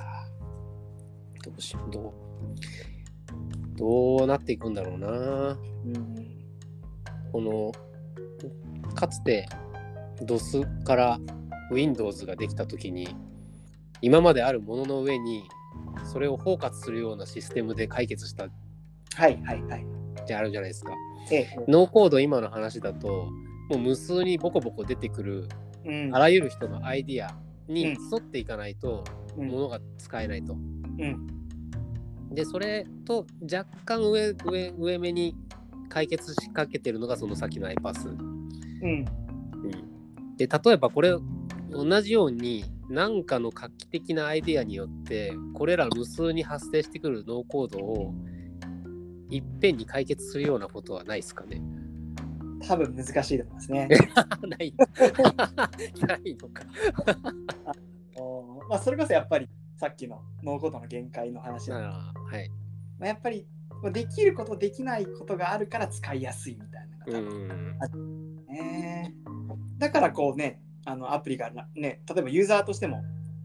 S2: ーどうしようどうどうなっていくんだろうな
S1: うん
S2: このかつて DOS から Windows ができた時に今まであるものの上にそれを包括するようなシステムで解決したっ
S1: はいはいはい。
S2: てあるじゃないですか
S1: ええ
S2: ノーコード今の話だともう無数にボコボコ出てくる
S1: うん
S2: あらゆる人のアイディアに
S1: うん
S2: 沿っていかないと、
S1: うん
S2: ものが使えないと。
S1: うん
S2: でそれと若干上上上目に解決しかけてるのがその先の iPass。
S1: うん
S2: で例えばこれ同じように何かの画期的なアイデアによってこれら無数に発生してくるノーコードをいっぺんに解決するようなことはないですかね
S1: 多分難しいと思いますね。
S2: (laughs) (laughs) ないないのか。
S1: おまあ、それこそやっぱりさっきのノーコードの限界の話だ
S2: あーはい。
S1: まあ、やっぱりまあできることできないことがあるから使いやすいみたいなのが
S2: う
S1: 多分
S2: ん。
S1: ね、だからこうねあのアプリがなね例えばユーザーとしても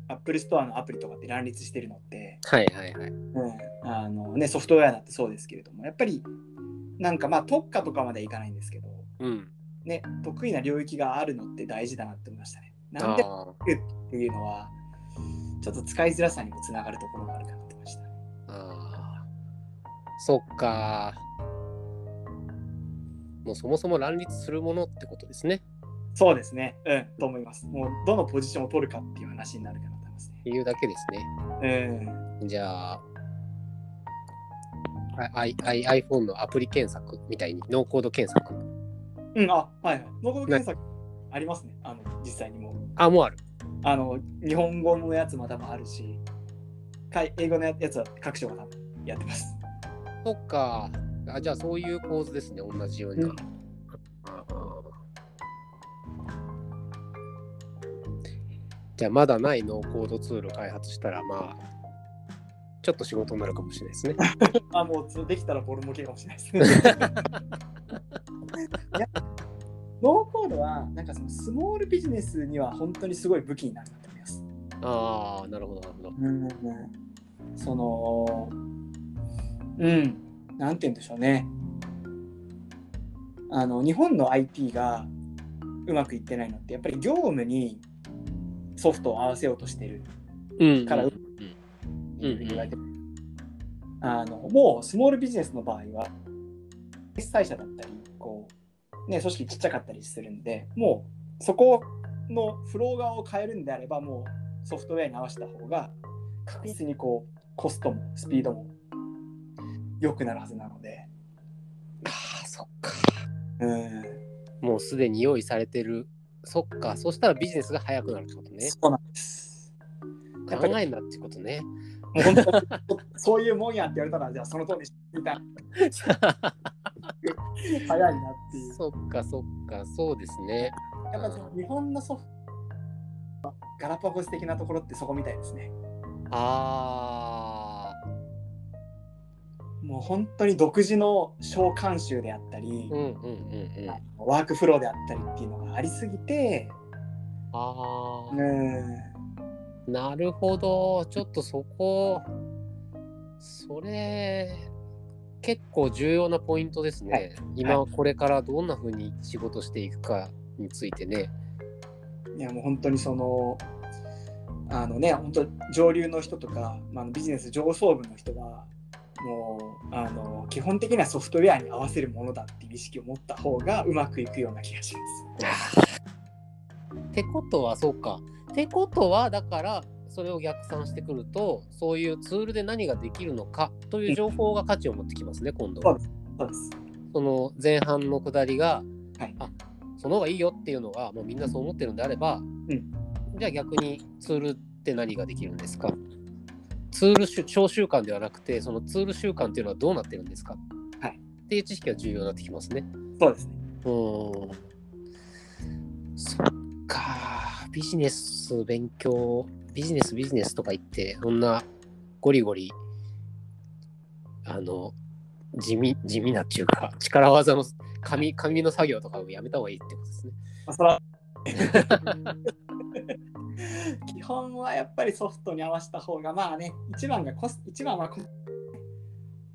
S1: Apple Store のアプリとかって乱立してるのって、
S2: はいはいはい。
S1: うんあのね、ソフトウェアだってそうですけれどもやっぱりなんかまあ特化とかまではいかないんですけど、
S2: うん。
S1: ね、得意な領域があるのって大事だなって思いましたね。なんで
S2: あ
S1: っていうのはちょっと使いづらさにもつながるところがあるかなと思いました。
S2: ーあー。そっか。もうそもそも乱立するものってことですね。
S1: そうですね。うん、と思います。もうどのポジションを取るかっていう話になるかなと思います
S2: 理由だけです
S1: ね。
S2: ね。じゃあ、あいあい iPhone のアプリ検索みたいに、ノーコード検索。
S1: うん。うん、あ、はいはい。ノーコード検索ありますね。あの、実際にもう。
S2: あ、もうある。
S1: あの、日本語のやつも多分あるし、かい英語のやつは各所が多分やってます。
S2: そっか。あじゃあ、そういう構図ですね。同じように。
S1: うん
S2: あーじゃあ、まだないノーコードツール開発したら、まあ、ちょっと仕事になるかもしれない (laughs) ですね。
S1: あ、もうつできたらボロ儲けかもしれ (laughs) ないですね。いやノーコードは、なんかそのスモールビジネスには本当にすごい武器になるなと思います。
S2: ああ、なるほど、なるほど。
S1: うん、そのうんなんて言うんでしょうねあの日本の IT がうまくいってないのってやっぱり業務にソフトを合わせようとしてる
S2: うん
S1: から
S2: うんうん
S1: 言われてる、あのもうスモールビジネスの場合は決済者だったりこう、ね、組織ちっちゃかったりするんでもうそこのフロー側を変えるんであればもうソフトウェアに合わせた方が確実にこうコストもスピードも良くなるはずなので、
S2: ああ、そっか。
S1: うん、
S2: もうすでに用意されてる。そっか。そしたらビジネスが早くなるってことね。
S1: そうなんです。
S2: 考
S1: やっぱり
S2: えんなってこと
S1: (laughs)
S2: ね。
S1: もう本当に (laughs) そういうもんやって言われたら、じゃあその通りにしてみたい早いなっていう。
S2: そっかそっか。そうですね。
S1: やっぱその日本のソフト、ガラパゴス的なところってそこみたいですね。
S2: ああ。
S1: もう本当に独自の召喚集であったり、
S2: うんうんうんうん。あ
S1: ワークフローであったりっていうのがありすぎて、
S2: あ
S1: う。ん、
S2: なるほど。ちょっとそこ、それ、結構重要なポイントですね。
S1: はい
S2: 今、これからどんな風に仕事していくかについてね。
S1: いやもう本当にその、あのね、本当上流の人とか、まあ、ビジネス上層部の人は、もうあの基本的にはソフトウェアに合わせるものだっていう意識を持った方がうまくいくような気がします。
S2: ってことは、そうか。ってことは、だから、それを逆算してくると、そういうツールで何ができるのかという情報が価値を持ってきますね、今度は。
S1: そうです
S2: その前半の下りが、
S1: はい
S2: あその方がいいよっていうのがもうみんなそう思ってるんであれば、じゃあ逆にツールって何ができるんですかツールしゅ小習慣ではなくてそのツール習慣っていうのはどうなってるんですか、
S1: はい
S2: っていう知識が重要になってきますね。
S1: そうですね。
S2: うーんそっかビジネス勉強ビジネスビジネスとか言ってそんなゴリゴリあの地味地味なっていうか力技の紙紙の作業とかもやめた方がいいってことですね。
S1: まあそ
S2: (laughs)
S1: ら基本はやっぱりソフトに合わせた方がまあね一番がコス一番はコス、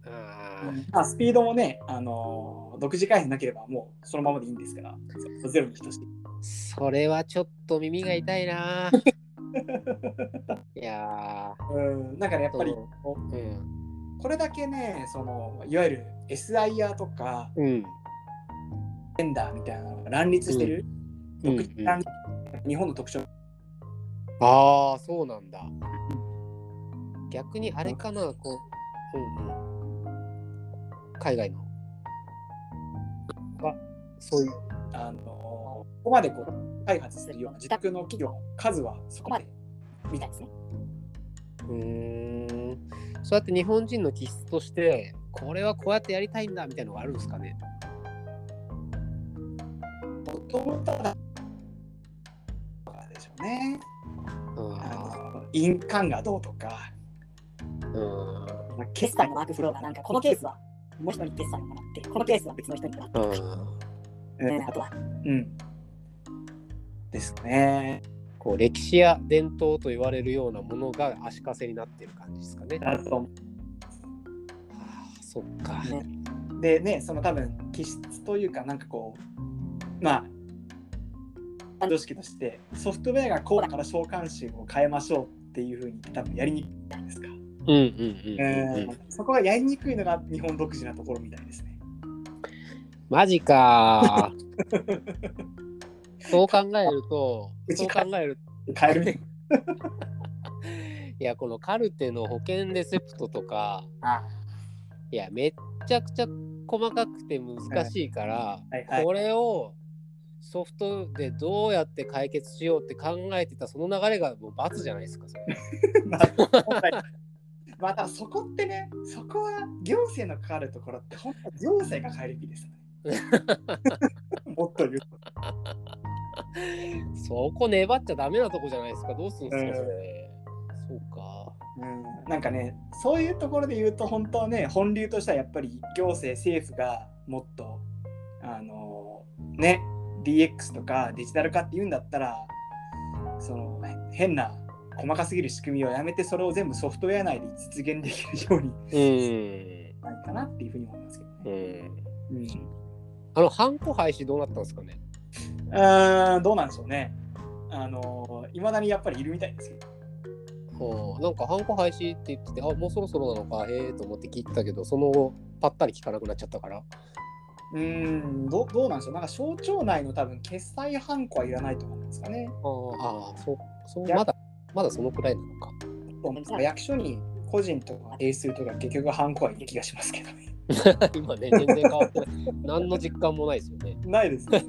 S2: あ
S1: まあ、スピードもね、あのー独自開発なければもうそのままでいいんですからゼロに等しい
S2: (laughs) ーそれはちょっと耳が痛いな。いや
S1: うんだからやっぱり
S2: そ
S1: こ
S2: ーうん
S1: うこれだけねそのいわゆる SIR とか
S2: うん
S1: レンダーみたいなのが乱立してる、
S2: うん
S1: 独
S2: う
S1: 自
S2: ん、
S1: 乱立日本の特徴
S2: ああそうなんだ逆にあれかなこう、うんうん、海外のはそういう
S1: あのーここまでこう開発するような自宅の企業の数はそこまでみたいですね。
S2: うーんそうやって日本人の気質としてこれはこうやってやりたいんだみたいなのがあるんですかね
S1: と思ったらとかでしょうね。
S2: あ
S1: 印鑑がどうとか、
S2: ーうん
S1: まあ、
S3: 決済のワークフローがなんかこのケースはもう一人に決済をもらってこのケースは別の人にもらって
S2: うん
S1: う
S3: みたい
S1: ん
S3: なことは
S1: うん。ですね。
S2: こう歴史や伝統と言われるようなものが足かせになってる感じですかね。あ
S1: だと思
S2: あそっか。
S1: うでね、その多分気質というか、なんかこう、まあ、常識としてソフトウェアがこうだから召喚集を変えましょうっていうふうに多分やりにくいじゃないですか。
S2: うんうんうんうん、うん。
S1: うんそこがやりにくいのが日本独自なところみたい
S2: (laughs)
S1: ですね。
S2: マジかーそう考えると、
S1: う
S2: そ
S1: ち
S2: う
S1: か
S2: 考える
S1: 変えるね。
S2: いや、このカルテの保険レセプトとか、
S1: あ
S2: いや、めっちゃくちゃ細かくて難しいから、
S1: はいはい
S2: これをソフトでどうやって解決しようって考えてたその流れがもう罰じゃないですか、それ。
S1: (laughs) まあ本来またそこってね、そこは行政の関わるところって、本当は行政が変えるべきですよね。もっと言うと。
S2: そこ粘っちゃダメなとこじゃないですか、どうするんですか、
S1: うん
S2: それ。そうか。
S1: うん、なんかね、そういうところで言うと、本当はね、本流としてはやっぱり行政、政府がもっと、あのね、DX とかデジタル化っていうんだったら、その変な細かすぎる仕組みをやめて、それを全部ソフトウェア内で実現できるように
S2: うん。
S1: なるかなっていうふうに思いますけど
S2: う
S1: ね。
S2: ん。
S1: うん
S2: あの、ハンコ廃止どうなったんですかね
S1: うーんどうなんでしょうね。あのいまだにやっぱりいるみたいですけど。
S2: うんなんかハンコ廃止って言っててあもうそろそろなのかへえと思って聞いてたけどその後ぱったり聞かなくなっちゃったから
S1: うーんどどうなんでしょう。なんか省庁内の多分決済ハンコはいらないとかなんですかね。
S2: あーあーそうそう
S1: いや
S2: まだまだそのくらいなのか
S1: 役所に個人とか英数とか結局ハンコはいる気がしますけどね。
S2: (laughs)
S1: (laughs)
S2: 今ね、全然変わってない。何の実感もないですよね。
S1: ないですね。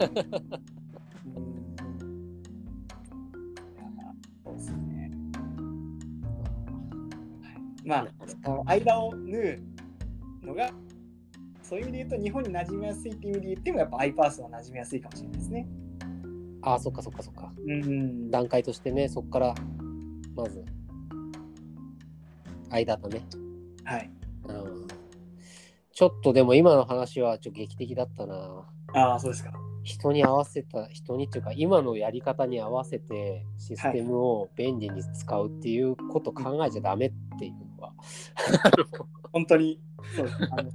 S1: そうですね。まあ、その間を縫うのが、そういう意味で言うと、日本に馴染みやすいっていう意味で言っても、やっぱ iPass は馴染みやすいかもしれないですね。
S2: ああ、そっかそっかそっか。
S1: うん
S2: 段階としてね、そっから、まず、間だね。
S1: はい。
S2: うん。ちょっとでも今の話はちょっと劇的だったな。
S1: ああ、そうですか。
S2: 人に合わせた、人にっていうか、今のやり方に合わせてシステムを便利に使うっていうこと考えちゃダメっていう
S1: (laughs)
S2: のは。
S1: 本当に。そうですあの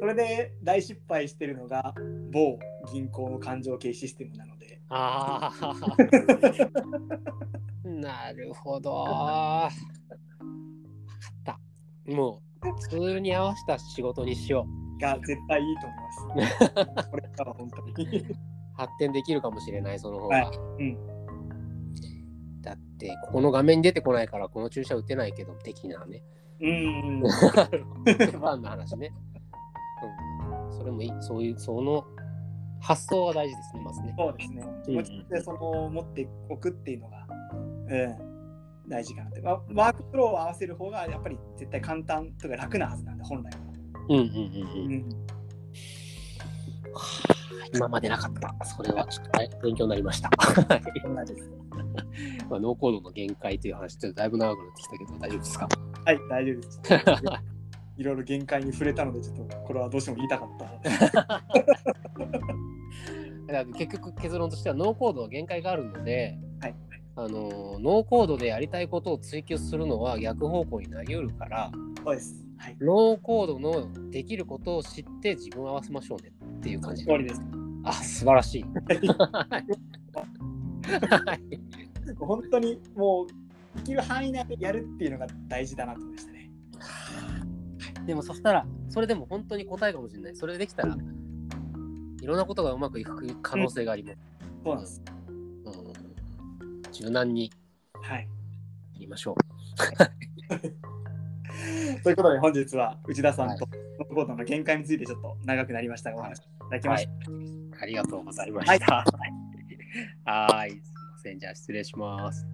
S1: それで大失敗してるのが、某銀行の勘定系システムなので。
S2: ああ。なるほど。わかった。もう、ツールに合わせた仕事にしよう。
S1: が絶対いいと思い (laughs) ます。これからは本当に。
S2: 発展できるかもしれない、その方が。
S1: はいうん
S2: だって、ここの画面に出てこないから、この注射打てないけど、的なね。
S1: うん。
S2: (laughs) ファンの話ね。うん。それもいい、そういう、その発想が大事ですね、まずね。
S1: そうですね。気持ちでその持っておくっていうのが、うん、大事かなって。まワークフローを合わせる方がやっぱり絶対簡単とか楽なはずなんで、本来は。
S2: うん
S1: う
S2: うんうんう
S1: ん、
S2: ん。今までなかった。それはちょっとはい勉強になりました。 (laughs) はい
S1: こんなです。
S2: まあ、ノーコードの限界という話、ちょっとだいぶ長くなってきたけど、大丈夫ですか
S1: はい、大丈夫です。 (laughs) いろいろ限界に触れたので、ちょっとこれはどうしても言いたかった。
S2: だから結局結論としては、ノーコードは限界があるので、
S1: はい
S2: あのーノーコードでやりたいことを追求するのは逆方向に投げうるから、
S1: そうです。はい。
S2: ノーコードのできることを知って自分を合わせましょうねっていう感じ
S1: 終わり (laughs) です。
S2: あ、素晴らしい。はい
S1: 本当にもう、できる範囲内でやるっていうのが大事だなと思いましたね。
S2: でもそしたら、それでも本当に答えかもしれない。それできたら、いろんなことがうまくいく可能性があります。
S1: そうなんです。
S2: うん柔軟に
S1: はい。
S2: やりましょう。
S1: ということで、本日は内田さんと、ノーコードの限界についてちょっと長くなりましたが、お話いただきました。
S2: (laughs) はい。ありがとうございました。はい。はいすいません。じゃあ失礼します。